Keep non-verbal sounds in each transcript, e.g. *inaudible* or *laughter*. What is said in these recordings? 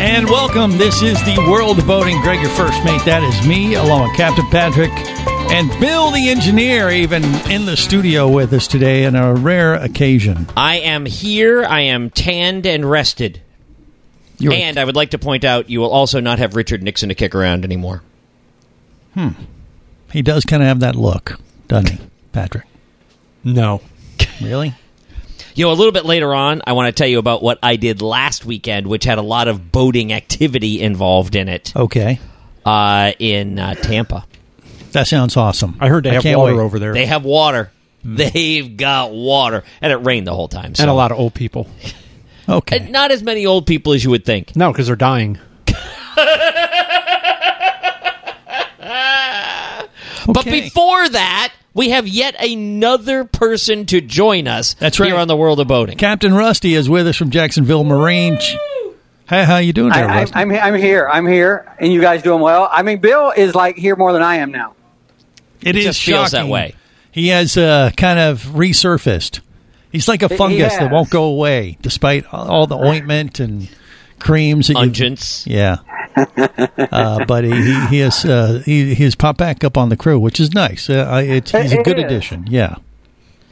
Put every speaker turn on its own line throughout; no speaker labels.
And welcome. This is the World of Boating. Greg, your first mate. That is me, along with Captain Patrick and Bill, the engineer, even in the studio with us today on a rare occasion.
I am here. I am tanned and rested.
You're-
and I would like to point out you will also not have Richard Nixon to kick around anymore.
he does kind of have that look, doesn't he, Patrick?
No.
Really?
You know, a little bit later on, I want to tell you about what I did last weekend, which had a lot of boating activity involved in it
Okay.
uh, in uh, Tampa.
That sounds awesome.
I heard they have
can't
water
wait.
over there.
They have water.
Hmm.
They've got water. And it rained the whole time. So.
and a lot of old people.
Okay.
And Not as many old people as you would think.
No, because they're dying.
But
Okay.
before that, we have yet another person to join us
That's
here
right.
on the World of Boating.
Captain Rusty is with us from Jacksonville Marine. Ch- Hey, how you doing there,
I,
Rusty?
I, am I'm here. I'm here, and you guys doing well. I mean, Bill is like here more than I am now.
it is
just feels that
shocking.
way.
He has uh, kind of resurfaced. He's like a
He
fungus that
has.
won't go away, despite all the ointment and creams. That you've-
*laughs*
Unguents.
Yeah. uh, but he, he, he has uh, he, he has popped back up on the crew, which is nice. Uh, I- it's, he's a
It
good
is.
addition. Yeah.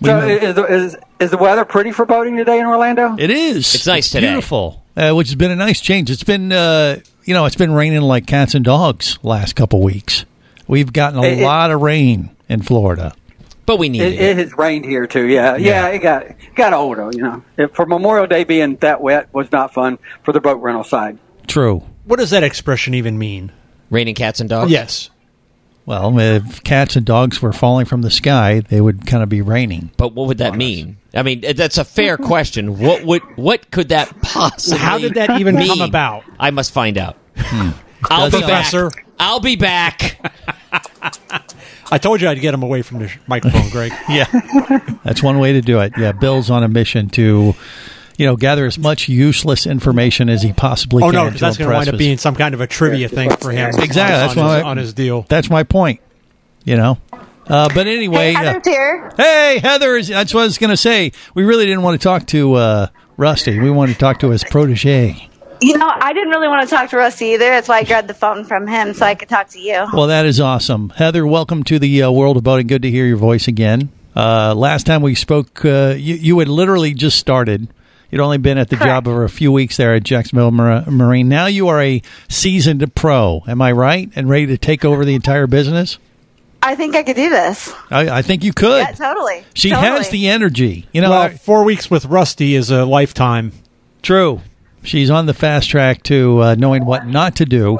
So is, the- is is the weather pretty for boating today in Orlando?
It is.
It's nice today.
Beautiful. Uh, which has been a nice change. It's been uh, you know it's been raining like cats and dogs last couple weeks. We've gotten a
It- it-
lot of rain in Florida.
But we need
It,
it.
it has rained here too. Yeah, yeah. it got got older. You know, It- for Memorial Day being that wet was not fun for the boat rental side.
True.
What does that expression even mean?
Raining cats and dogs.
Yes.
Well, if cats and dogs were falling from the sky, they would kind of be raining.
But what would that mean? I mean, that's a
*laughs*
fair question. What would what could that possibly?
How did that even
mean?
come about?
I must find out. *laughs* I'll be
Professor.
back. I'll be back.
I told you I'd get him away from the sh- microphone, *laughs* Greg.
Yeah, that's one way to do it. Yeah, Bill's on a mission to, you know, gather as much useless information as he possibly
oh
can.
no, because
to
that's going to
impress
wind up
us.
being some kind of a trivia thing for him.
exactly
on-
that's
on,
my
his, on his deal.
That's my point. You know. Uh, but anyway, yeah.
here.
Hey, Heather, is, that's what I was going to say. We really didn't want to talk to uh, Rusty. We wanted to talk to his protege.
You know, I didn't really want to talk to Rusty either. That's why I grabbed the phone from him so I could talk to you.
Well, that is awesome. Heather, welcome to the uh, world of boating. Good to hear your voice again. Uh, last time we spoke, uh, you, you had literally just started. You'd only been at the job for a few weeks there at Jacksonville Mar- Marine. Now you are a seasoned pro. Am I right? And ready to take over the entire business?
I think I could do this.
I, I think you could.
Yeah, totally.
She
Totally.
has the energy. You know,
well, four weeks with Rusty is a lifetime.
True. She's on the fast track to uh, knowing what not to do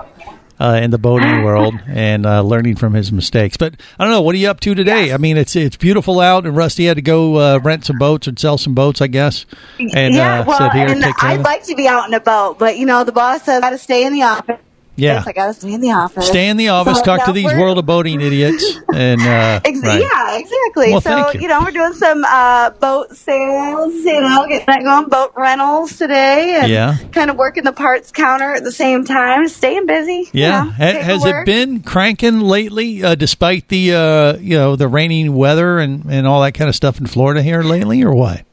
uh, in the boating world and uh, learning from his mistakes. But I don't know. What are you up to today? I mean, it's it's beautiful out, and Rusty had to go uh, rent some boats and sell some boats, I guess. And
yeah,
uh,
well,
said, "Here,
and
take care of
I'd
them."
like to be out and about, but you know, the boss said I got to stay in the office.
yeah.
I got to stay in the office.
Stay in the office,
So,
talk
yeah,
to these
we're-
world of boating idiots, and uh,
*laughs* Ex-
right.
Yeah, exactly.
Well,
so
thank you.
you. know, we're doing some uh, boat sales. You know, getting that going. Boat rentals today, and
Yeah.
kind of working the parts counter at the same time, staying busy. you
Yeah,
know,
Ha-
getting to
has it
work.
been cranking lately, uh, despite the uh, you know the rainy weather and, and all that kind of stuff in Florida here lately, or what?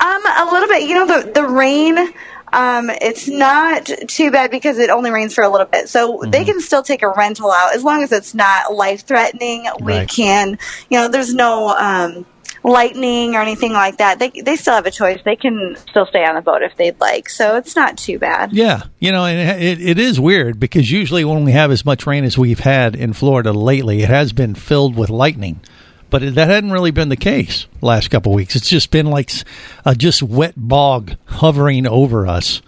Um, a little bit. You know, the the rain. Um, it's not too bad because it only rains for a little bit, so they
Mm-hmm.
can still take a rental out as long as it's not life threatening. We
Right.
can, you know, there's no um, lightning or anything like that. They they still have a choice. They can still stay on the boat if they'd like. So it's not too bad.
Yeah, you know, and it, it is weird because usually when we have as much rain as we've had in Florida lately, it has been filled with lightning. But it, that hadn't really been the case last couple of weeks. It's just been like s- a just wet bog hovering over us,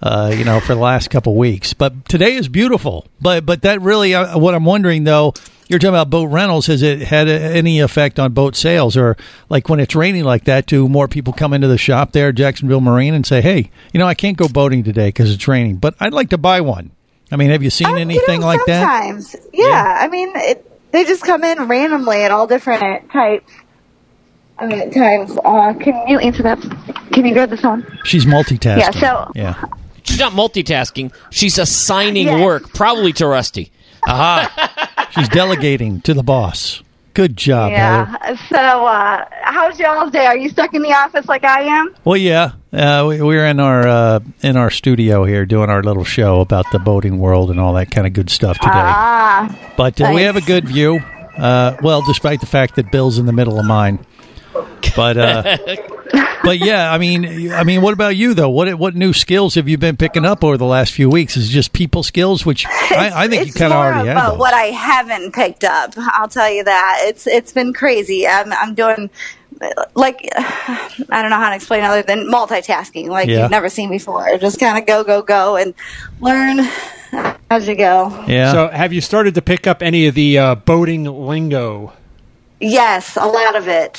uh, you know, for the last couple of weeks. But today is beautiful. But but that really, uh, what I'm wondering though, You're talking about boat rentals. Has it had a- any effect on boat sales, or like when it's raining like that? Do more people come into the shop there, at Jacksonville Marine, and say, "Hey, you know, I can't go boating today because it's raining, but I'd like to buy one." I mean, have you seen
Oh, you know,
anything like that?
sometimes. Yeah, I mean, it, they just come in randomly at all different types. I mean, times. Uh, can you answer that? Can you grab this one?
She's multitasking.
Yeah, so-
yeah.
She's not multitasking. She's assigning
Yes.
work, probably to Rusty.
she's delegating to the boss. Good job, Heather.
Yeah. So, uh, how's y'all's day? Are you stuck in the office like I am?
Well, yeah, uh, we, we're in our uh, in our studio here doing our little show about the boating world and all that kind of good stuff today.
Ah,
but uh, we
thanks.
have a good view. Uh, well, despite the fact that Bill's in the middle of mine, but uh,
*laughs*
but yeah, I mean, I mean, what about you though? What what new skills have you been picking up over the last few weeks? Is it just people skills, which I, I think you
it's
kind of
more
already have.
about
those.
what I haven't picked up. I'll tell you that it's it's been crazy. I'm I'm doing like *sighs* I don't know how to explain other than multitasking, like
Yeah.
you've never seen before. Just kind of go go go and learn as you go.
yeah.
So, have you started to pick up any of the uh, boating lingo?
Yes, a lot of it.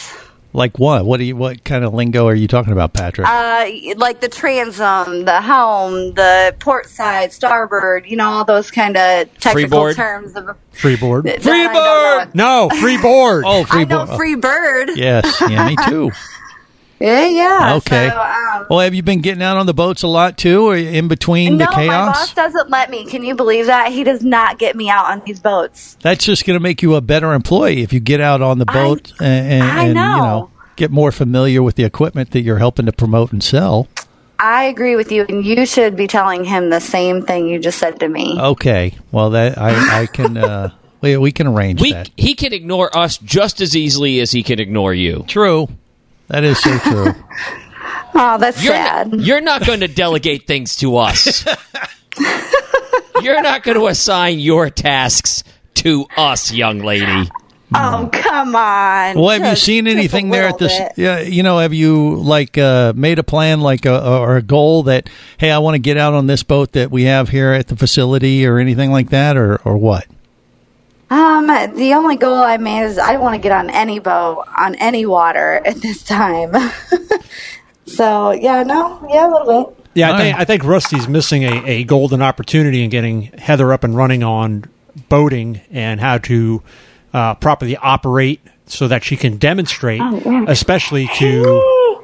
like what? What do you? What kind of lingo are you talking about, Patrick?
Uh, like the transom, the helm, the port side, starboard. You know all those kind of technical
Freeboard?
terms of
Freeboard.
*laughs* that I don't know what-
No, freeboard.
oh, free
I know
bo-
free bird.
Yes, yeah, me
*laughs*
too.
Yeah, yeah.
Okay.
So, um,
Well, have you been getting out on the boats a lot too, or in between
no,
the
my
chaos?
boss doesn't let me. Can you believe that? He does not get me out on these boats.
That's just going to make you a better employee if you get out on the
I-
boat and, and,
I
and, you know
know.
get more familiar with the equipment that you're helping to promote and sell.
I agree with you, and you should be telling him the same thing you just said to me.
Oh. Okay, well that I, I can uh, *laughs* we, we can arrange
We
that.
he can ignore us just as easily as he can ignore you.
True, that is so true.
Oh, that's
You're
sad.
Not, you're not going to delegate things to
*laughs*
us. you're not going to assign your tasks to us, young lady.
oh, come on.
well, have you
Just-
seen
just a
anything there at
little
this?
bit.
Yeah, you know, have you like uh, made a plan, like a, or a goal that hey, I want to get out on this boat that we have here at the facility, or anything like that, or or what?
Um, the only goal I made is I don't want to get on any boat on any water *laughs* at this time. so yeah, no, yeah, a little bit.
Yeah,
All
I think,
right.
I think Rusty's missing a, a golden opportunity in getting Heather up and running on boating and how to uh, properly operate so that she can demonstrate,
Oh,
especially to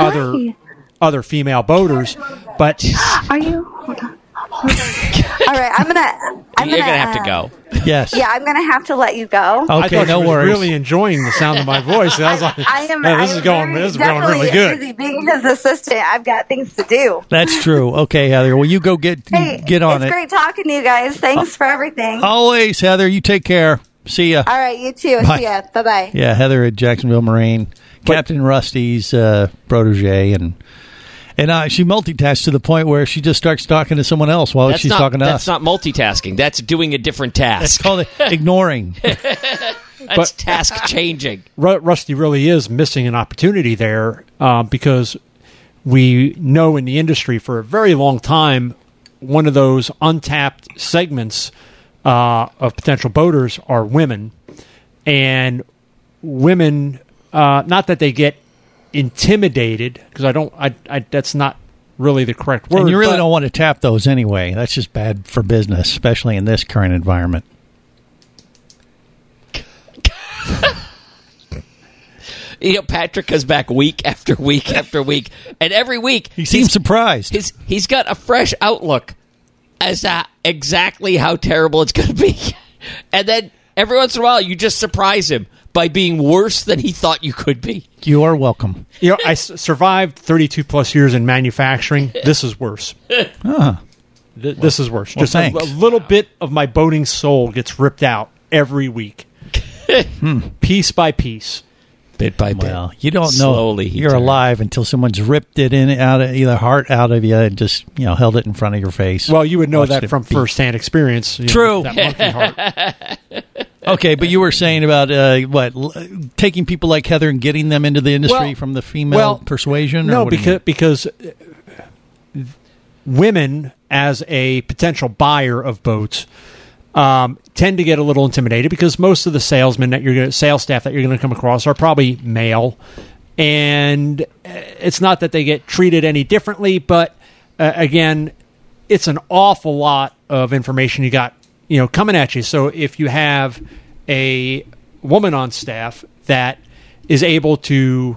other other female boaters. But
Are you? Hold on. Hold on. All right, I'm gonna. I'm
you're going to have to
uh,
go.
Yes.
Yeah, I'm gonna have to let you go.
*laughs*
I
Okay.
thought
No
she was
worries.
really enjoying the sound of my voice. I was like,
I am.
"Man, this
I
is
am
going
very
this is going
definitely
really good.
Busy being his assistant, I've got things to do.
That's true. Okay, Heather. Well, you go get
Hey,
get on
it's
it.
great talking to you guys. Thanks for everything.
Oh.
Always, Heather. You take care. See ya.
All right, you too.
Bye.
See ya. Bye bye.
Yeah, Heather at Jacksonville Marine, Captain Rusty's uh, protege, and and uh, she multitasks to the point where she just starts talking to someone else while
That's
she's
not,
talking to us.
that's not multitasking. That's doing a different
it's
task.
called
*laughs*
ignoring.
That's task
*laughs*
changing.
Ru- Rusty really is missing an opportunity there uh, because we know in the industry for a very long time one of those untapped segments uh, of potential boaters are women, and women uh, not that they get intimidated because I don't I, I that's not really the correct word.
and you really
but-
don't want to tap those anyway. That's just bad for business, especially in this current environment.
You know, Patrick comes back week after week after week, and every week
He seems surprised.
he's he's got a fresh outlook as to exactly how terrible it's going to be, *laughs* and then every once in a while you just surprise him by being worse than he thought you could be.
you are welcome.
you know I s- survived 32 plus years in manufacturing. This is worse. Th- this is worse. Just a-
thanks.
a, little bit of my boating soul gets ripped out
*laughs*
every week,
Hmm.
piece by piece.
Bit by bit.
Well, you don't know.
Slowly he
you're
turned.
alive until someone's ripped it in out of either heart out of you and just you know held it in front of your face.
Well, you would know
Watched
that
it
from
beat.
firsthand experience. you know,
True.
that monkey heart.
Okay, but you were saying about uh, what l- taking people like Heather and getting them into the industry
Well-
from the female
well,
persuasion. or
no,
what do you
because
mean?
because uh, women as a potential buyer of boats um, tend to get a little intimidated because most of the salesmen that you're going to sales staff that you're going to come across are probably male, and uh, it's not that they get treated any differently, but uh, again, it's an awful lot of information you got you know coming at you. So if you have a woman on staff that is able to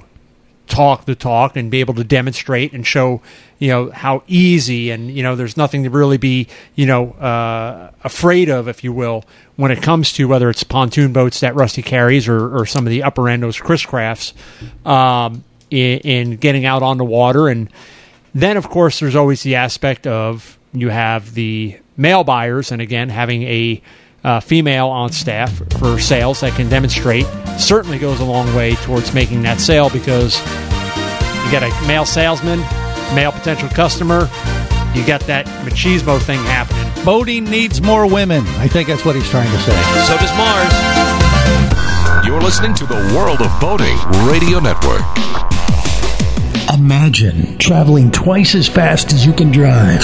talk the talk and be able to demonstrate and show you know how easy and you know there's nothing to really be you know uh, afraid of if you will when it comes to whether it's pontoon boats that rusty carries or, or some of the upper endos chris crafts um, in, in getting out on the water and then of course there's always the aspect of you have the male buyers and again having a uh, female on staff for sales that can demonstrate certainly goes a long way towards making that sale because you got a male salesman, male potential customer, you got that machismo thing happening.
Boating needs more women. I think that's what he's trying to say.
So does Mars.
You're listening to the World of Boating Radio Network.
Imagine traveling twice as fast as you can drive.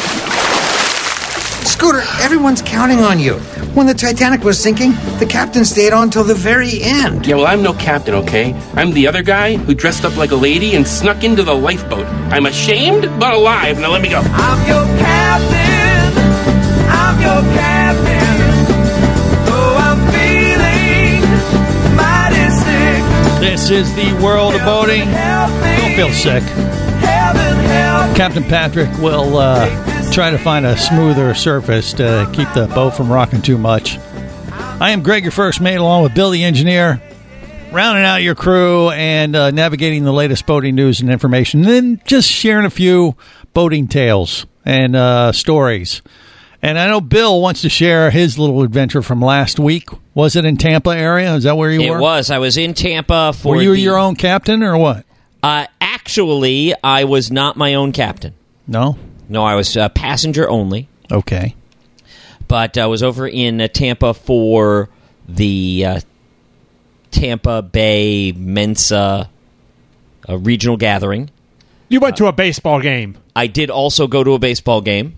Scooter, everyone's counting on you. When the Titanic was sinking, the captain stayed on till the very end.
Yeah, well, I'm no captain, okay? I'm the other guy who dressed up like a lady and snuck into the lifeboat. I'm ashamed, but alive. Now let me go.
I'm your captain. I'm your captain. Though I'm feeling mighty sick.
This is the world of boating. Don't feel sick.
Heaven help.
Captain Patrick will uh, try to find a smoother surface to keep the boat from rocking too much. I am Greg, your first mate, along with Bill, the engineer, rounding out your crew and uh, navigating the latest boating news and information, and then just sharing a few boating tales and uh, stories. And I know Bill wants to share his little adventure from last week. Was it in Tampa area? Is that where you
It
were?
was. I was in Tampa for
Were you
the-
your own captain or what?
Uh, actually, I was not my own captain.
No.
No, I was uh, passenger only.
Okay.
but I was over in uh, Tampa for the uh, Tampa Bay Mensa uh, regional gathering.
You went to a baseball game.
I did also go to a baseball game.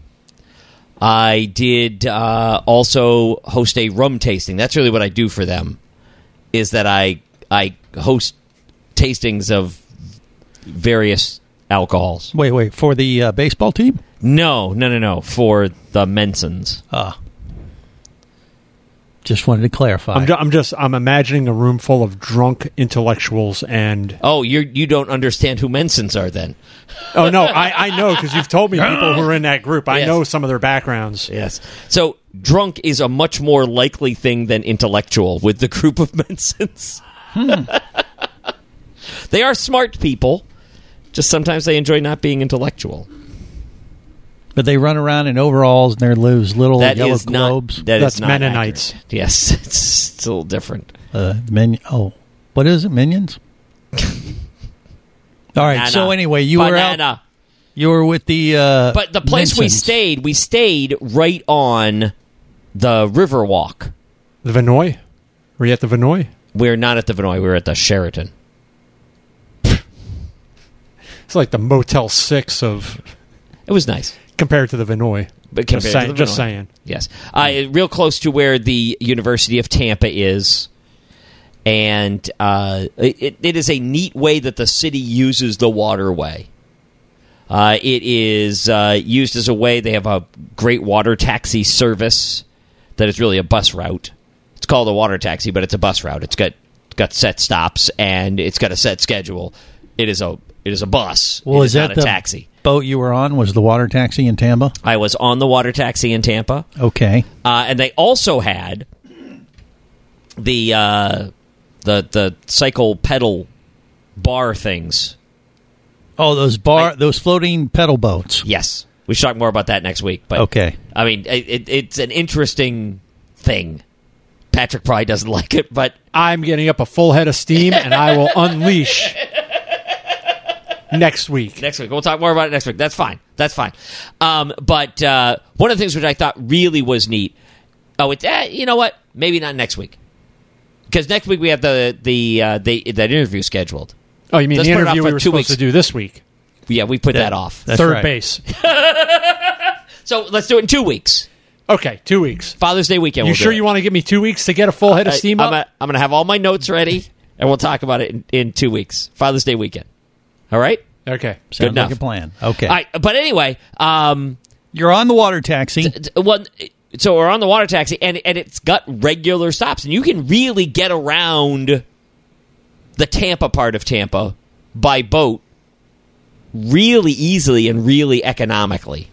I did uh, also host a rum tasting. That's really what I do for them. is that I I host tastings of various alcohols.
Wait, wait for the uh, baseball team.
No, no, no, no. For the Mensons.
Ah. Just wanted to clarify.
I'm, ju- I'm just I'm imagining a room full of drunk intellectuals and
Oh, you you don't understand who Mensons are then.
oh no I, I know because you've told me people who are in that group I know some of their backgrounds
yes So drunk is a much more likely thing than intellectual with the group of *laughs* Mensons.
Hmm.
*laughs* they are smart people. Just sometimes they enjoy not being intellectual.
But they run around in overalls and they're those little
That
yellow
is not-
globes.
that is That's not Mennonites. Yes, *laughs* it's, a little different.
Uh, men- oh, what is it?
*laughs*
Minions. All right. So
Banana.
anyway, you were out.
Banana.
You were with the. Uh,
But the place we
Mensons.
stayed, we stayed right on the Riverwalk.
the Vinoy were you at the Vinoy
We're not at the Vinoy. We're at the Sheraton.
it's like the Motel Six of
it was nice
compared to the Vinoy
But compared
just,
to
saying-
the
just
Vinoy.
saying
Yes. Uh, real close to where the University of Tampa is. And uh, it, it is a neat way that the city uses the waterway. Uh, it is uh, used as a way, they have a great water taxi service that is really a bus route. It's called a water taxi, but it's a bus route. It's got, got set stops and it's got a set schedule. It is a it is a bus.
Well,
It
is that
not
the
a taxi?
boat you were on? Was the water taxi in Tampa?
I was on the water taxi in Tampa.
Okay.
Uh, and they also had the uh, the the cycle pedal bar things.
Oh, those bar, those floating pedal boats.
Yes, we should talk more about that next week. But
Okay.
I mean, it, it, it's an interesting thing. Patrick probably doesn't *laughs* like it, but
I'm getting up a full head of steam and I
*laughs*
will unleash next week.
Next week. We'll talk more about it next week. That's fine. That's fine. Um, but uh, one of the things which I thought really was neat. Oh, it's eh, you know what? Maybe not next week because next week we have the the uh, the that interview scheduled.
Oh, you mean
Let's
the
put it off
interview
for
we were
two
supposed
weeks.
to do this week?
Yeah, we put that, off.
Third base.
So let's do it in two weeks.
Okay, two weeks.
Father's Day weekend.
you
we'll do
sure
it.
you want to give me two weeks to get a full head of
I-
steam
I'm
up?
gonna- I'm going to have all my notes ready, and we'll talk about it in, in two weeks. Father's Day weekend. All right.
Okay.
Sounds
Good
like
enough.
a plan. Okay.
All right, but anyway, um,
you're on the water taxi.
well, so we're on the water taxi, and and it's got regular stops, and you can really get around the Tampa part of Tampa by boat really easily and really economically.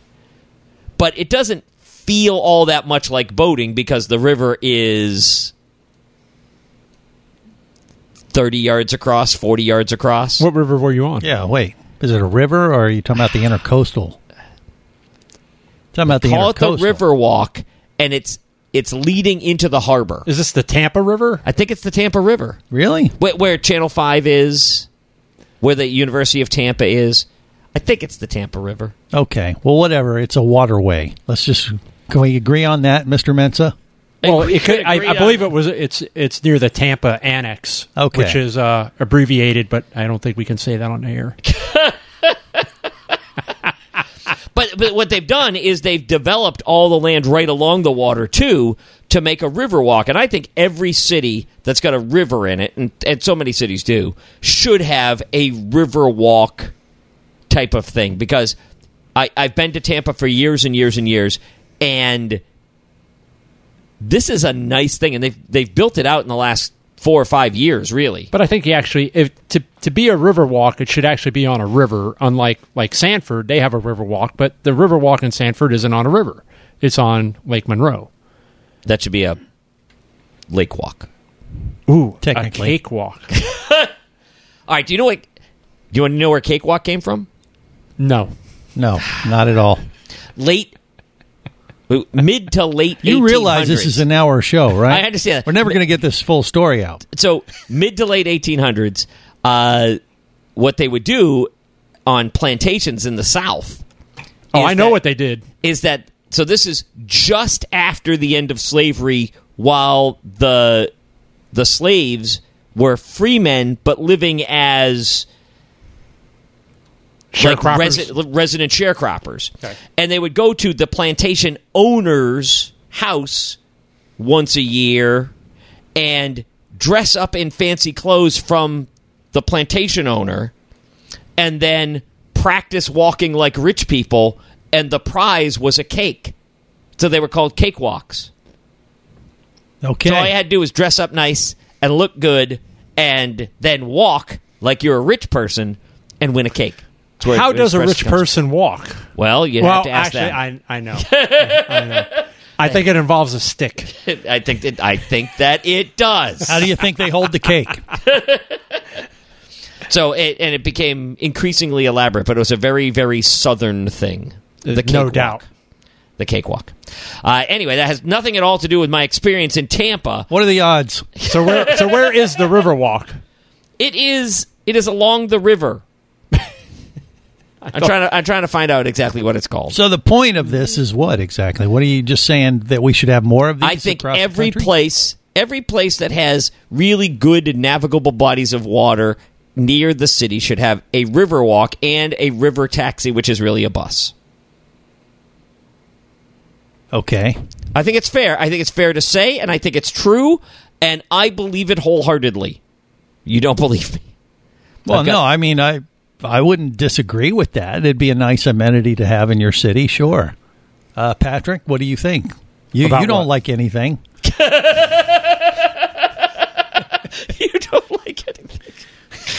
But it doesn't feel all that much like boating because the river is thirty yards across, forty yards across.
What river were you on?
Yeah. Wait. Is it a river or are you talking about the intercoastal? Talking about the
Call it the
intercoastal.
River Walk, and it's it's leading into the harbor.
Is this the Tampa River?
I think it's the Tampa River.
Really?
Where, where Channel 5 is, where the University of Tampa is. I think it's the Tampa River.
Okay. Well, whatever. It's a waterway. Let's just can we agree on that, Mister Mensa?
Well, it could,
agree
I, I
on-
believe it was. It's it's near the Tampa Annex,
Okay.
which is uh, abbreviated, but I don't think we can say that on air.
But, but what they've done is they've developed all the land right along the water, too, to make a river walk. And I think every city that's got a river in it, and, and so many cities do, should have a river walk type of thing because I, I've been to Tampa for years and years and years, and this is a nice thing. And they've, they've built it out in the last four or five years, really.
But I think you actually, if to to be a river walk, it should actually be on a river. Unlike like Sanford, they have a river walk, but the river walk in Sanford isn't on a river; it's on Lake Monroe.
That should be a lake walk.
Ooh,
Technically.
a cakewalk.
All right, do you know what? Do you want to know where cakewalk came from? *laughs*
No,
No, not at all.
late mid to late
You realize this
1800s.
is an hour show, right?
*laughs* I understand that.
We're never going to get this full story out.
so mid to late 1800s uh, what they would do on plantations in the south
Oh,
is
I know
that-
what they did.
is that so this is just after the end of slavery while the the slaves were free men but living as like
Sharecroppers?
resi- resident sharecroppers and they would go to the plantation owner's house once a year and dress up in fancy clothes from the plantation owner and then practice walking like rich people and the prize was a cake so they were called cakewalks
okay
so all you had to do was dress up nice and look good and then walk like you're a rich person and win a cake That's where
How
it-
does a
expression
rich
comes from.
person walk?
well you
well,
have to ask
actually,
that
I,
*laughs*
I know. I know. I think it involves a stick.
I think that I think that it does.
*laughs*
How do you think they hold the cake?
So it, and it became increasingly elaborate, but it was a very very southern thing. The
Uh, no
cakewalk.
doubt.
The cakewalk. Uh, anyway, that has nothing at all to do with my experience in Tampa.
What are the odds?
So where so where is the river walk?
It is it is along the river. *laughs* I'm trying to I'm trying to find out exactly what it's called.
So the point of this is what exactly? What are you just saying that we should have more of these?
I think
across the
every
country?
place, every place that has really good navigable bodies of water near the city should have a river walk and a river taxi, which is really a bus.
Okay.
I think it's fair. I think it's fair to say, and I think it's true, and I believe it wholeheartedly. You don't believe me?
Well,
I've got-
no, I mean, I I wouldn't disagree with that. It'd be a nice amenity to have in your city, sure. Uh, Patrick, what do you think? You
About
you don't
what?
like anything.
*laughs* you don't like anything.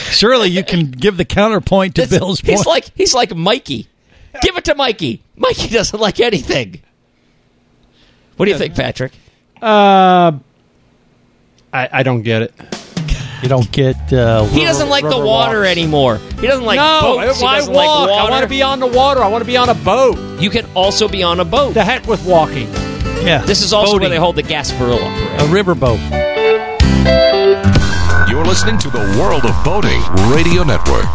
Surely you can give the counterpoint to Bill's point.
He's like he's like Mikey. Give it to Mikey. Mikey doesn't like anything. What do you think, Patrick?
Uh, I, I don't get it.
You don't get. Uh,
He doesn't like the water anymore. He doesn't like
no,
boats. He
why
doesn't like
walk? I
water.
want to be on the water. I want to be on a boat.
You can also be on a boat.
The heck with walking.
yeah,
This is also where
boating.
they hold the Gasparilla parade.
a riverboat.
You're listening to the World of Boating Radio Network.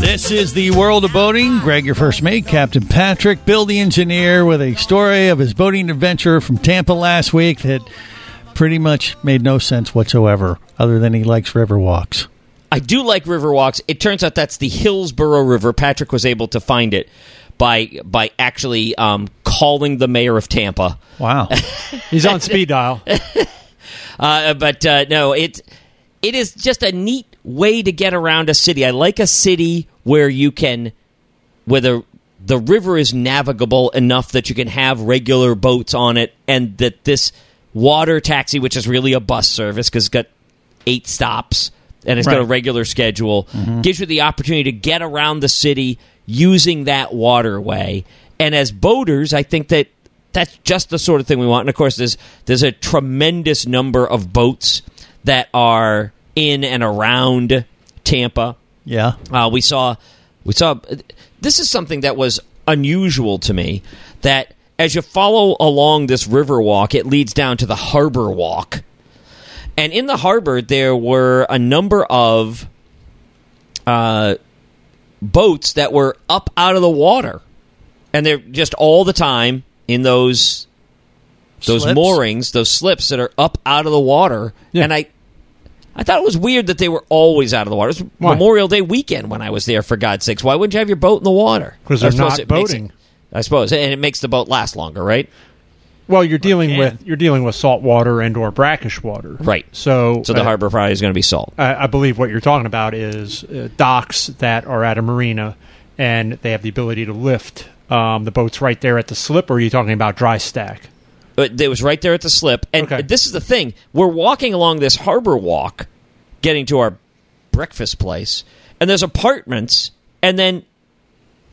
This is the world of boating. Greg, your first mate, Captain Patrick, Bill the engineer, with a story of his boating adventure from Tampa last week that pretty much made no sense whatsoever, other than he likes river walks.
I do like river walks. It turns out that's the Hillsborough River. Patrick was able to find it by by actually um, calling the mayor of Tampa. *laughs*
Wow.
He's on speed *laughs* dial.
Uh, but uh, no, it it is just a neat way to get around a city. I like a city where you can where the the river is navigable enough that you can have regular boats on it, and that this water taxi, which is really a bus service because it's got eight stops and it's got a
Right.
regular schedule, gives you the opportunity to get around the city using that waterway. And as boaters, I think that that's just the sort of thing we want. And of course, there's there's a tremendous number of boats that are in and around Tampa.
Yeah.
Uh, we saw, we saw. This is something that was unusual to me. That as you follow along this river walk, it leads down to the harbor walk, and in the harbor there were a number of uh, boats that were up out of the water, and they're just all the time in those those
Slips?
moorings, those slips that are up out of the water, and I. I thought it was weird that they were always out of the water. It was
Why?
Memorial Day weekend when I was there, for God's sakes. Why wouldn't you have your boat in the water? I
'Cause they're
suppose
not
it makes it-
boating.
I suppose, and it makes the boat last longer, right?
Well, you're dealing
can.
with you're dealing with salt water and or brackish water.
Right.
So
So the
uh,
harbor probably is going to be salt.
I, I believe what you're talking about is uh, docks that are at a marina and they have the ability to lift um, the boats right there at the slip. Or are you talking about dry stack?
But Uh, It was right there at the slip, and
Okay.
this is the thing: we're walking along this harbor walk, getting to our breakfast place, and there's apartments, and then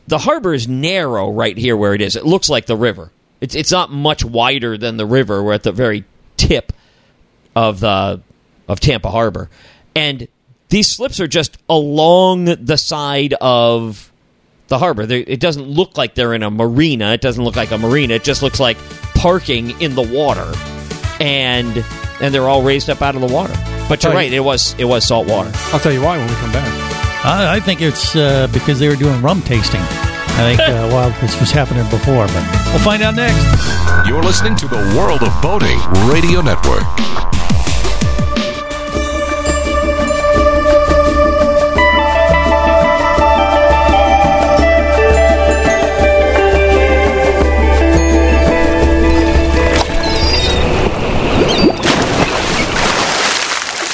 the harbor is narrow right here where it is. It looks like the river. It's it's not much wider than the river. We're at the very tip of the of Tampa Harbor, and these slips are just along the side of the harbor. They- It doesn't look like they're in a marina. It doesn't look like a marina. It just looks like parking in the water, and and they're all raised up out of the water. But you're
Oh,
Right.
right. It was it was salt water.
I'll tell you why when we come back.
I, I think it's uh, because they were doing rum tasting. I think uh, well, this was happening before, but we'll find out next.
You're listening to the World of Boating Radio Network.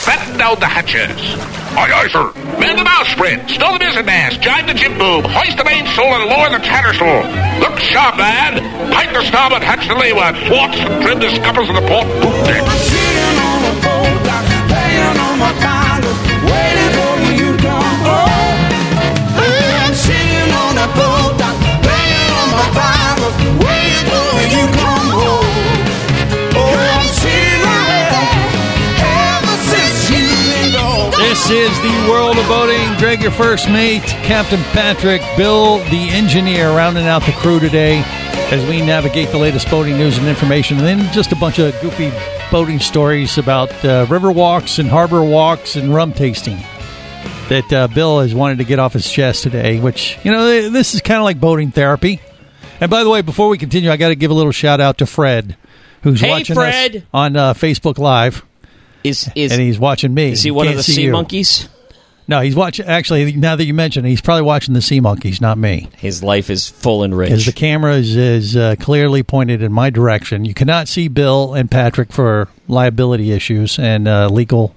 Batten down the hatches. Aye, aye, sir. Man the bowsprit, stow the mizzen mast, jibe the jib boom, hoist the mainsail, and lower the tattersail. Look sharp, man. Pike the starboard, hatch the leeward, thwarts and trim the scuppers of the port poop deck.
This is the world of boating. Greg, your first mate, Captain Patrick, Bill, the engineer, rounding out the crew today as we navigate the latest boating news and information, and then just a bunch of goofy boating stories about uh, river walks and harbor walks and rum tasting that uh, Bill has wanted to get off his chest today. Which you know, th- this is kind of like boating therapy. And by the way, before we continue, I got to give a little shout out to Fred, who's
Hey,
watching us
Fred!
on uh, Facebook Live.
Is, is
and he's watching me?
Is he one of
Can't
the
see
sea
you.
monkeys?
No, he's watching. Actually, now that you mention it, he's probably watching the sea monkeys, not me.
His life is full and
Because
rich.
the camera is, is uh, clearly pointed in my direction. You cannot see Bill and Patrick for liability issues and uh, legal.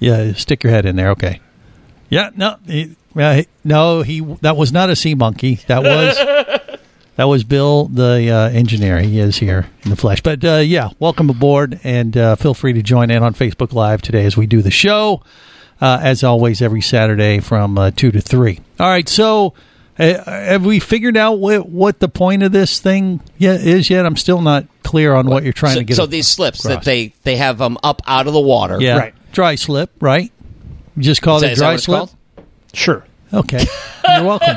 Yeah, stick your head in there. Okay. Yeah. No. He, yeah, he- no. He. That was not a sea monkey. That
*laughs*
was. that was Bill, the uh, engineer. He is here in the flesh. But uh, yeah, welcome aboard, and uh, feel free to join in on Facebook Live today as we do the show. Uh, as always, every Saturday from uh, two to three. All right. So, uh, have we figured out what, what the point of this thing yet is yet? I'm still not clear on what you're trying
so,
to get.
so
ac-
these slips that
across.
they they have um, up out of the water.
yeah, dry slip, right? You just call
Is that-
it
is that
dry
what it's
slip.
called?
Sure.
Okay, you're welcome.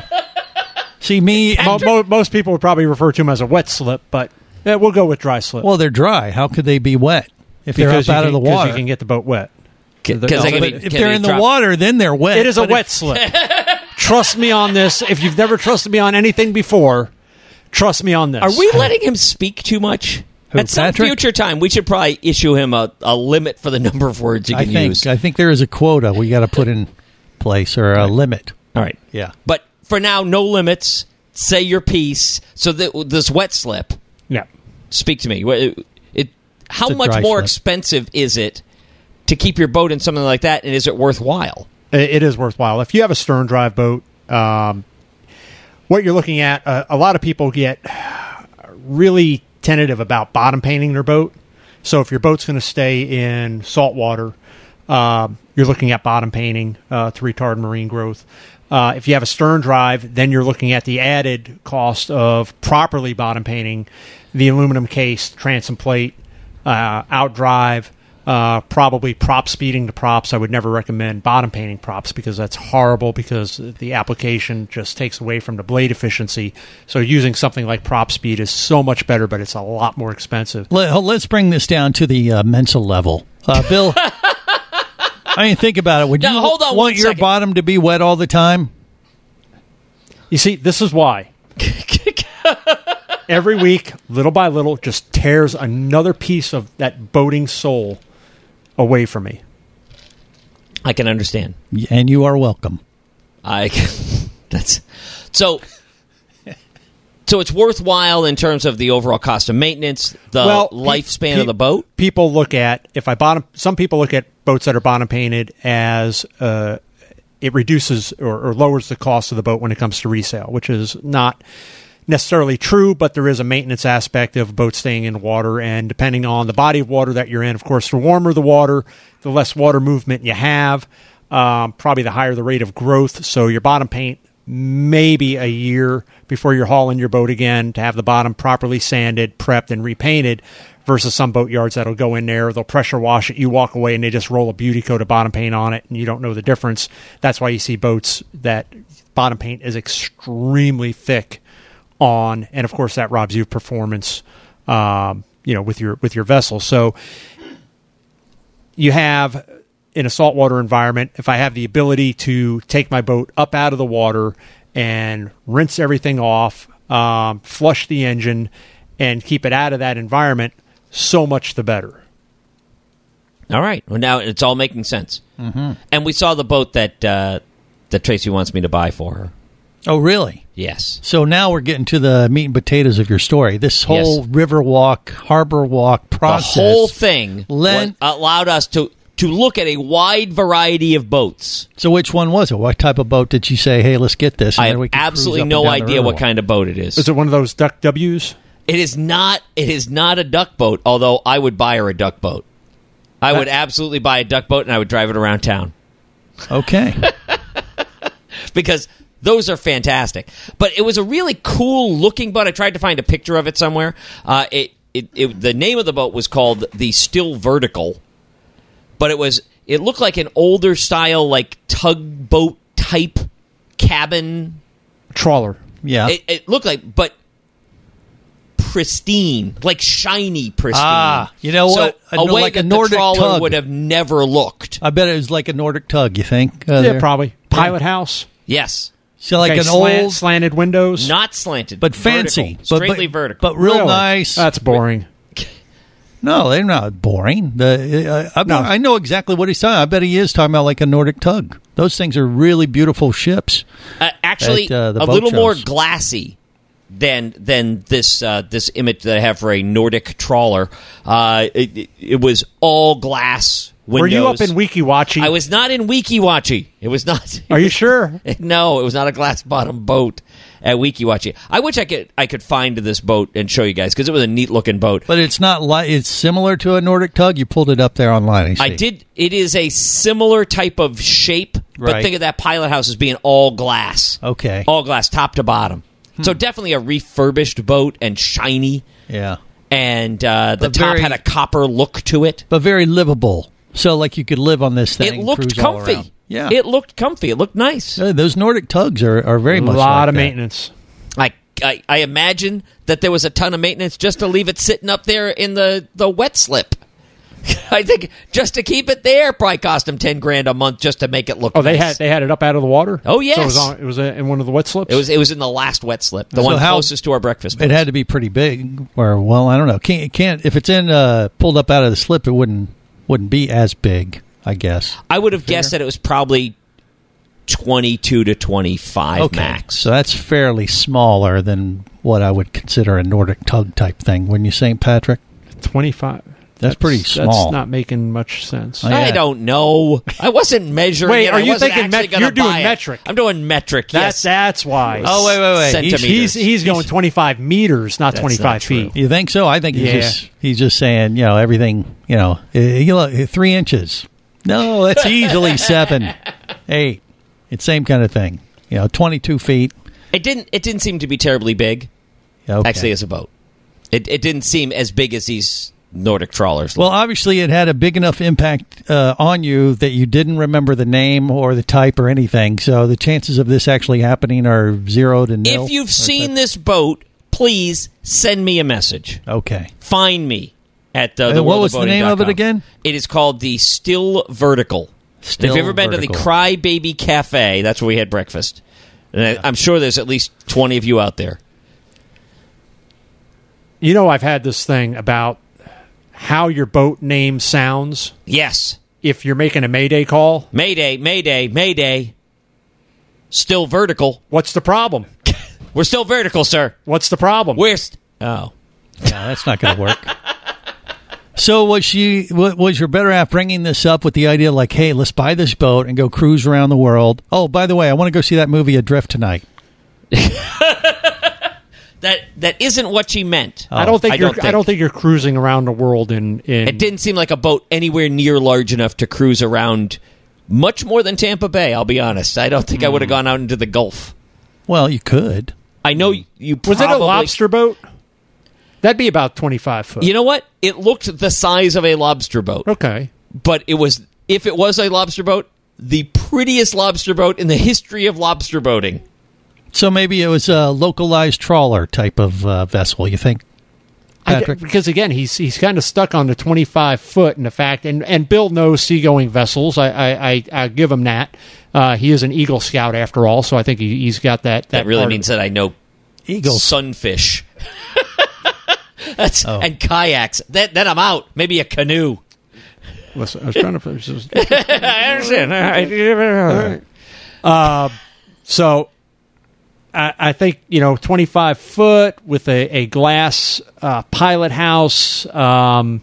See
*laughs*
me.
Mo- mo- most people would probably refer to them as a wet slip, but yeah, we'll go with dry slip.
Well, they're dry. How could they be wet if they're
Because
up
you
out of
can-
the
'cause
water?
you can get the boat wet.
'Cause they can be-
But
can
if they're
they
in the
drop-
water, then they're wet.
It is a
But
wet
if-
slip. trust me on this. If you've never trusted me on anything before, trust me on this.
Are we letting him speak too much?
Who,
At some
Patrick?
future time, we should probably issue him a, a limit for the *laughs* number of words he
I
can
think
use.
I think there is a quota we got to put in place or a limit.
All right.
Yeah.
But for now, no limits. Say your piece. So that this wet slip.
Yeah.
Speak to me. Wh- It, how
It's a
much
dry
more
slip.
expensive is it to keep your boat in something like that, and is it worthwhile? *laughs*
it it is worthwhile if you have a stern drive boat um, what you're looking at uh, a lot of people get really tentative about bottom painting their boat so if your boat's going to stay in salt water um, you're looking at bottom painting uh, to retard marine growth uh, if you have a stern drive then you're looking at the added cost of properly bottom painting the aluminum case transom plate uh, out drive, uh, probably prop speeding the props. I would never recommend bottom painting props because that's horrible because the application just takes away from the blade efficiency. So using something like prop speed is so much better, but it's a lot more expensive.
Let, let's bring this down to the uh, mental level, uh,
*laughs*
Bill. I mean, think about it. Would
Now,
you
hold on
want
one
your
second.
bottom to be wet all the time?
You see, this is why. Every week, little by little, just tears another piece of that boating soul away from me.
I can understand.
And you are welcome.
I *laughs* that's so. So it's worthwhile in terms of the overall cost of maintenance, the
Well,
Uh, lifespan
pe-
of the boat.
People look at if I bottom. Some people look at boats that are bottom painted as uh, it reduces or, or lowers the cost of the boat when it comes to resale, which is not necessarily true. But there is a maintenance aspect of a boat staying in water, and depending on the body of water that you're in, of course, the warmer the water, the less water movement you have. Um, probably the higher the rate of growth. So your bottom paint maybe a year before you're hauling your boat again to have the bottom properly sanded, prepped, and repainted. Versus some boat yards that'll go in there, they'll pressure wash it, you walk away, and they just roll a beauty coat of bottom paint on it, and you don't know the difference. That's why you see boats that bottom paint is extremely thick on, and of course that robs you of performance, um, you know, with your with your vessel. So you have in a saltwater environment, if I have the ability to take my boat up out of the water and rinse everything off, um, flush the engine, and keep it out of that environment, so much the better.
All right. Well, now it's all making sense.
Mm-hmm.
And we saw the boat that uh, that Tracy wants me to buy for her.
Oh, really?
Yes.
So now we're getting to the meat and potatoes of your story. This whole river walk, harbor walk process.
The whole thing wa- allowed us to to look at a wide variety of boats.
So which one was it? What type of boat did you say, hey, let's get this?
I
then
have
we can cruise up
absolutely
and down
no
the
idea what
riverwalk?
kind of boat it is.
Is it one of those Duck W's?
It is not. It is not a duck boat. Although I would buy her a duck boat. I would absolutely buy a duck boat and I would drive it around town
Okay.
because those are fantastic. But it was a really cool looking boat. I tried to find a picture of it somewhere. Uh, it, it, it the name of the boat was called the Still Vertical, but it was it looked like an older style like tugboat type cabin.
Trawler.
Yeah.
It, it looked like, but pristine, like shiny pristine.
Ah, you know
So
what? I
a
know,
way
like a
that
Nordic
the trawler
tug.
would have never looked.
I bet it was like a Nordic tug, you think? Uh,
yeah,
there?
probably. Pilot house.
Yes.
So like
Okay,
an
slant-
old,
slanted windows.
Not slanted,
but fancy.
vertical,
But- but-
straightly vertical.
But real nice.
That's boring.
No, they're not boring. The, uh, I, I- I know exactly what he's talking about. I bet he is talking about like a Nordic tug. Those things are really beautiful ships.
Uh, actually,
At, uh, the
a
boat
little more
shows.
glassy than than this uh, this image that I have for a Nordic trawler. Uh, it, it, it was all glass windows.
Were you up in Wikiwachi?
I was not in Wikiwachi. It was not.
*laughs* Are you sure?
*laughs* no, it was not a glass bottom boat at Wikiwachi. I wish I could I could find this boat and show you guys because it was a neat looking boat.
But it's not like it's similar to a Nordic tug. You pulled it up there online. see.
I did. It is a similar type of shape, but
Right.
think of that pilot house as being all glass.
Okay. Hmm.
all glass, top to bottom. So definitely a refurbished boat and shiny,
Yeah.
and uh, the
But
top
very-
had a copper look to it.
But very livable. So like you could live on this thing.
It
and
looked
cruise all around.
comfy.
Yeah.
it looked comfy. It looked nice.
Uh, Those Nordic tugs are, are very
A
much
lot
like
of
that.
maintenance.
I, I I imagine that there was a ton of maintenance just to leave it sitting up there in the the wet slip. *laughs* I think just to keep it there probably cost them ten grand a month just to make it look.
Oh, they
nice.
had they had it up out of the water.
Oh,
So it was,
yes.
on, it was uh in one of the wet slips.
It was it was in the last wet slip, the
So
one
how-
closest to our breakfast.
It had to be pretty big, or well, I don't know. Can't it can't if it's in uh, pulled up out of the slip, it wouldn't wouldn't be as big, I guess.
I would have guessed that it was probably twenty-two to twenty-five max.
so that's fairly smaller than what I would consider a Nordic tug type thing. Wouldn't you, St. Patrick?
twenty five.
That's pretty small.
That's not making much sense.
Oh, yeah.
I don't know. I wasn't measuring.
Wait,
it.
are
I
you
wasn't
thinking
actually
met-
gonna
you're doing
buy it.
metric.
I'm doing metric.
That's
yes.
that's why.
Oh, wait, wait, wait.
He's,
Centimeters.
he's he's going twenty five meters, not
That's
twenty
not
five
true.
feet.
You think so? I think he's
Yeah.
just he's just saying you know everything. You know, eh, you look, three inches. No, that's easily seven, eight. It's same kind of thing. You know, twenty-two feet.
It didn't. It didn't seem to be terribly big.
Okay.
Actually, as a boat, it it didn't seem as big as these Nordic trawlers.
Well, obviously, it had a big enough impact uh, on you that you didn't remember the name or the type or anything. So the chances of this actually happening are zero to nil.
if you've seen this boat, please send me a message.
okay,
Find me at uh,
And
the
what was the name of it again?
It is called the Still Vertical. And
Still
if you've ever been to the
Vertical.
Cry Baby Cafe, that's where we had breakfast. And I, I'm sure there's at least 20 of you out there.
You know, I've had this thing about how your boat name sounds
Yes.
if you're making a mayday call.
Mayday, Mayday, Mayday. Still vertical.
What's the problem?
We're still vertical, sir.
What's the problem?
We're st- Oh.
yeah, that's not going to work. *laughs* so was she? wa- Was your better half bringing this up with the idea like, hey, let's buy this boat and go cruise around the world? Oh, by the way, I want to go see that movie Adrift tonight.
That that isn't what she meant.
I don't think
I
you're.
don't think.
I don't think you're cruising around the world in in.
It didn't seem like a boat anywhere near large enough to cruise around much more than Tampa Bay, I'll be honest. I don't think I would have
Hmm.
gone out into the Gulf.
Well, you could.
I know you
was
probably,
it a lobster boat? That'd be about twenty five foot.
You know what? It looked the size of a lobster boat,
okay.
but it was if it was a lobster boat, the prettiest lobster boat in the history of lobster boating.
So maybe it was a localized trawler type of uh, vessel. You think? Patrick?
I, because again, he's he's kind of stuck on the twenty five foot and the fact, and, and Bill knows seagoing vessels. I I, I, I give him that. Uh, he is an Eagle Scout after all, so I think he, he's got that. That,
That really
part of
means
it.
that I know
eagles,
sunfish, *laughs* That's, and kayaks. That, then I'm out. Maybe a canoe.
Listen, I was trying to.
I understand. *laughs*
Uh, so I, I think you know 25 foot with a, a glass uh, pilot house um,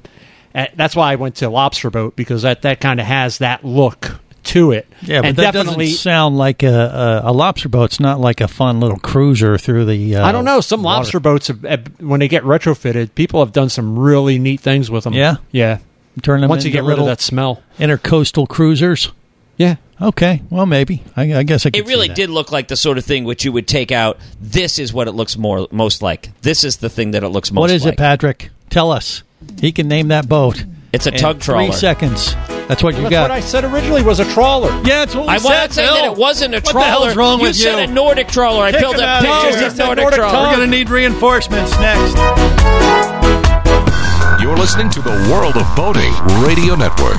uh, that's why i went to lobster boat because that, that kind of has that look to it
Yeah, but
and
that
definitely
doesn't sound like a, a, a lobster boat. It's not like a fun little cruiser through the. Uh,
I don't know. Some lobster boats, have, have- when they get retrofitted, people have done some really neat things with them.
Yeah?
yeah.
Turn them
once you
into
get rid
little
of that smell.
intercoastal cruisers.
Yeah.
Okay. Well, maybe. I, I guess I could
It really did look like the sort of thing which you would take out. This is what it looks more most like. This is the thing that it looks most
What is
like.
it, Patrick? Tell us. He can name that boat.
It's a
in
tug trawler.
Three seconds. That's what
Well,
you
that's
got.
what I said originally was a trawler.
yeah, it's what we
I
said.
wasn't saying that
Bill.
it wasn't a
What the
trawler.
hell's wrong
you
with
said
you?
a Nordic trawler. I filled up pictures of Nordic, trawler.
We're going to need reinforcements next.
You're listening to the World of Boating Radio Network.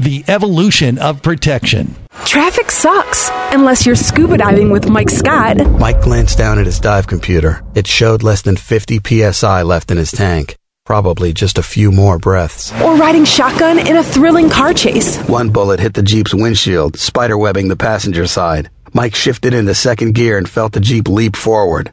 the evolution of protection.
Traffic sucks, unless you're scuba diving with Mike Scott.
Mike glanced down at his dive computer. It showed less than 50 psi left in his tank. Probably just a few more breaths.
Or riding shotgun in a thrilling car chase.
One bullet hit the Jeep's windshield, spiderwebbing the passenger side. Mike shifted into second gear and felt the Jeep leap forward.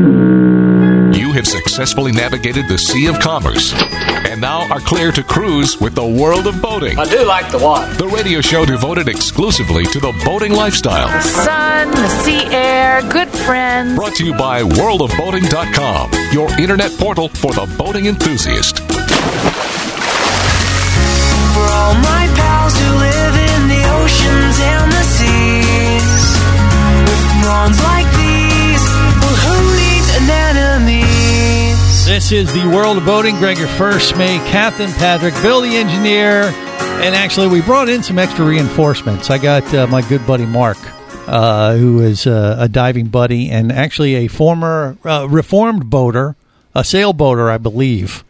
You have successfully navigated the Sea of Commerce and now are clear to cruise with the World of Boating. I do like the water. The radio show devoted exclusively to the boating lifestyle.
The sun, the sea air, good friends.
Brought to you by worldofboating.com, your internet portal for the boating enthusiast.
For all my pals who live in the oceans and the seas, with yawns like these, well, who needs an enemy?
This is the world of boating. Greg, your first mate, Captain Patrick, Bill, the engineer, and actually, we brought in some extra reinforcements. I got uh, my good buddy Mark, uh, who is uh, a diving buddy and actually a former uh, reformed boater, a sailboater, I believe.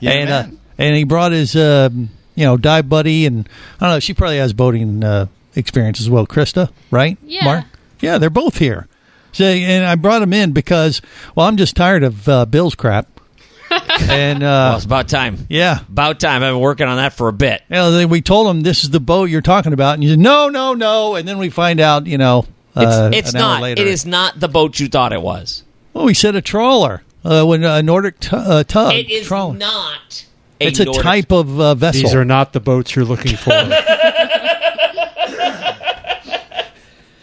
Yeah,
and uh,
man.
and he brought his um, you know dive buddy, and I don't know. She probably has boating uh, experience as well, Krista, right?
Yeah.
Mark? Yeah, they're both here. So, and I brought him in because, well, I'm just tired of uh, Bill's crap. and uh,
Well, it's about time.
Yeah.
About time. I've been working on that for a bit.
you know, then we told him this is the boat you're talking about, and you said no, no, no, and then we find out, you know, uh,
it's
an hour
not.
later.
It is not the boat you thought it was.
Well, we said a trawler, uh, when a Nordic t- uh, tug.
it is
trawler.
not.
It's a type of uh, vessel.
These *laughs* are not the boats you're looking for.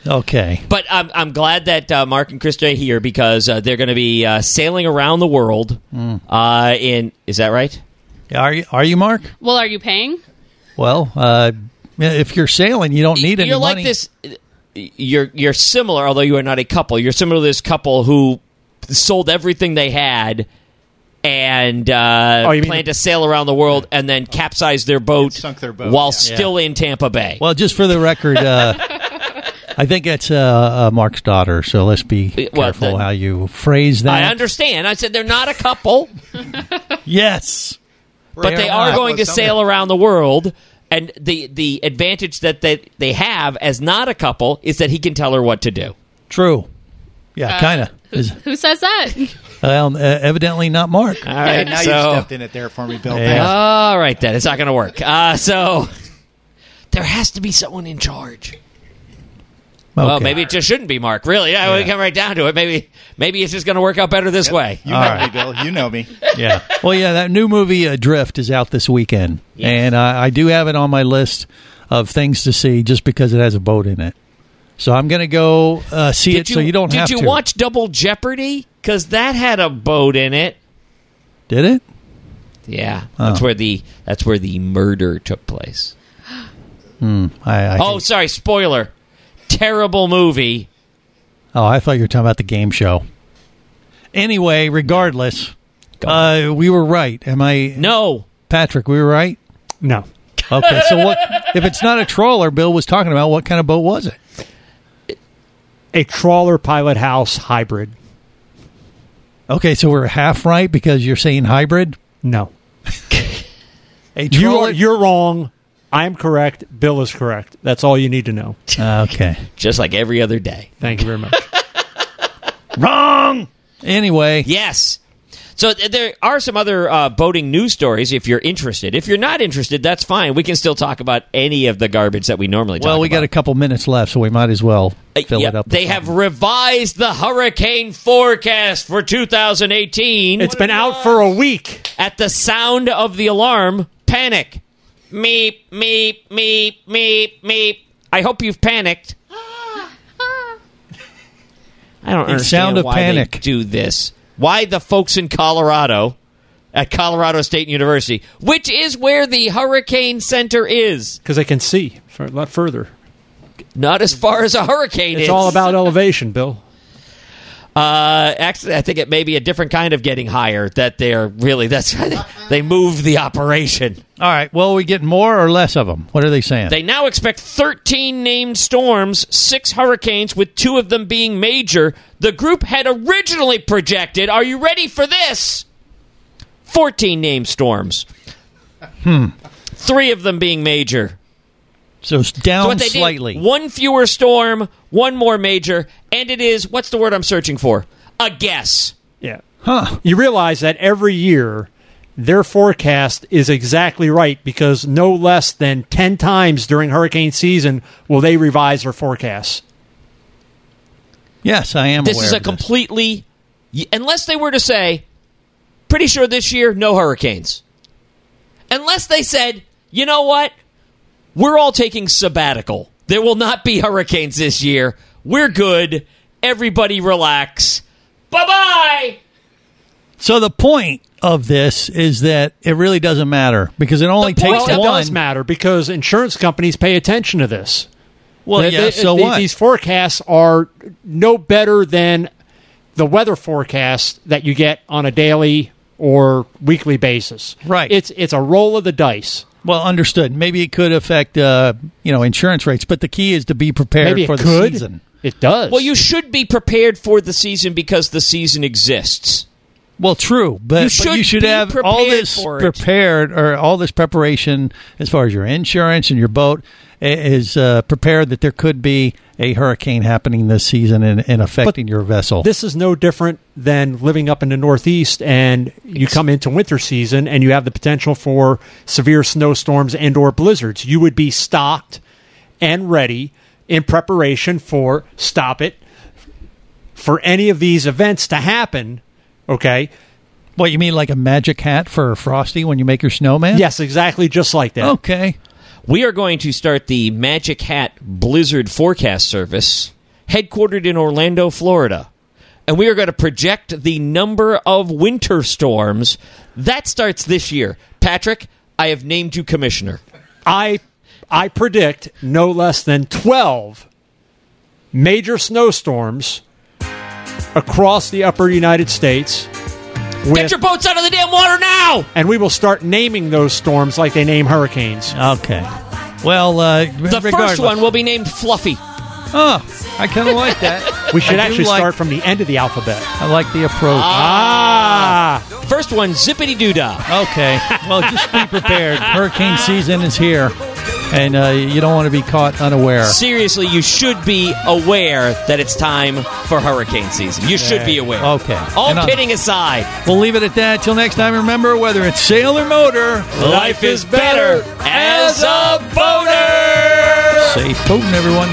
Okay.
But I'm, I'm glad that uh, Mark and Chris are here because uh, they're going to be uh, sailing around the world.
Mm.
Uh, in is that right?
Are you? Are you Mark?
Well, are you paying?
Well, uh, if you're sailing, you don't need any
you're like
money.
this. You're you're similar, although you are not a couple. You're similar to this couple who sold everything they had and uh,
Oh, you mean
planned to sail around the world and then capsized their boat, sunk their boat while
yeah.
still in Tampa Bay.
Well, just for the record,
*laughs*
uh, I think it's uh, uh, Mark's daughter. So let's be
well,
careful
the-
how you phrase that.
I understand. I said they're not a *laughs* couple,
yes,
but they
They're
are
not.
going to sail around the world. And the the advantage that they, they have as not a couple is that he can tell her what to do.
True. Yeah,
Uh,
kind of. Is-
Who says that?
Well, uh, evidently not Mark.
All *laughs* right,
now
so,
you stepped in it there for me, Bill. Thanks.
All right, then it's not going to work. Uh, so there has to be someone in charge. Well,
Okay.
maybe it just shouldn't be Mark. Really, yeah, we come right down to it. Maybe, maybe it's just going to work out better this way.
You know All right. me,
Bill. You know me.
*laughs* yeah. Well, yeah, that new movie uh, Drift is out this weekend, and I, I do have it on my list of things to see just because it has a boat in it. So I'm going to go uh, see it, so you don't
did
have
you
to.
watch Double Jeopardy? Because that had a boat in it.
Did it?
Yeah, that's
Oh.
where the that's where the murder took place.
Hmm. I, I,
oh, sorry, spoiler. Terrible movie.
oh, I thought you were talking about the game show. Anyway, regardless, uh, we were right. Am I?
No,
Patrick, we were right.
No.
Okay, so what? if it's not a trawler, Bill was talking about, what kind of boat was it?
A trawler pilot house hybrid.
Okay, so we're half right because you're saying hybrid.
No.
a
you are, you're wrong. I'm correct. Bill is correct. That's all you need to know.
okay.
Just like every other day.
Thank you very *laughs* much.
Wrong. Anyway,
yes. So th- there are some other uh, boating news stories if you're interested. If you're not interested, that's fine. We can still talk about any of the garbage that we normally talk Uh,
Well, we got a couple minutes left, so we might as well fill
Yeah,
it up.
They have revised the hurricane forecast for 2018. It's been
out for a week.
At the sound of the alarm, panic. Meep, meep, meep, meep, meep. I hope you've panicked. I don't
The
understand
sound of
why they
panic.
do this. Why the folks in Colorado at Colorado State University, which is where the hurricane center is,
Because I can see for a lot further.
not as far as a hurricane
It's
is.
all about elevation, Bill.
Uh, actually, I think it may be a different kind of getting higher that they're really that's *laughs* they move the operation.
All right. Well, we get more or less of them. What are they saying?
They now expect 13 named storms, six hurricanes, with two of them being major. The group had originally projected. Are you ready for this? 14 named storms,
hmm.
three of them being major.
So it's down
So what they did,
slightly.
one fewer storm, one more major, and it is what's the word I'm searching for? A guess.
Yeah. Huh. You realize that every year their forecast is exactly right because no less than 10 times during hurricane season will they revise their forecasts.
Yes, I am.
this
aware
is a
of this.
completely y- unless they were to say pretty sure this year no hurricanes unless they said you know what we're all taking sabbatical there will not be *laughs* hurricanes this year we're good everybody relax bye-bye
So the point of this is that it really doesn't matter because it only
The
takes
point
one.
does matter because insurance companies pay attention to this.
Well,
They-
yeah,
they-
so
they-
what?
These forecasts are no better than the weather forecast that you get on a daily or weekly basis. Right. It's it's a roll of the dice.
Well, understood. Maybe it could affect uh, you know insurance rates, but the key is to be prepared
Maybe it
for the
could.
season.
It does.
well you should be prepared for the season because the season exists
Well, true, but
You
but
should
you should
be
have all
prepared
this
for it.
prepared or all this preparation as far as your insurance and your boat i- is uh, prepared that there could be a hurricane happening this season and, and affecting your vessel.
This is no different than living up in the Northeast and you come into winter season and you have the potential for severe snowstorms and or blizzards. You would be stocked and ready in preparation for stop it for any of these events to happen, okay?
what you mean, like a magic hat for Frosty when you make your snowman?
Yes, exactly just like
Oh.
that.
Okay.
we are going to start the magic hat blizzard forecast service headquartered in Orlando, Florida. And we are going to project the number of winter storms. That starts this year. Patrick, I have named you commissioner.
I I predict no less than 12 major snowstorms across the upper United States.
Get
With,
your boats out of the damn water now!
and we will start naming those storms like they name hurricanes.
Okay. Well, uh,
The first one will be named Fluffy.
Oh, I
*laughs*
kind of like that.
We should
I do
actually
like-
start from the end of the alphabet.
I like the approach.
Ah. First one, zippity doo dah.
Okay. Well, just be prepared. Hurricane season is here, and uh, you don't want to be caught unaware.
Seriously, you should be aware that it's time for hurricane season. You should be aware.
Okay.
All
And on-
kidding aside,
We'll leave it at that. Till next time, remember whether it's sail or motor,
life is better as a boater!
Safe boating, everyone.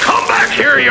Come back here, you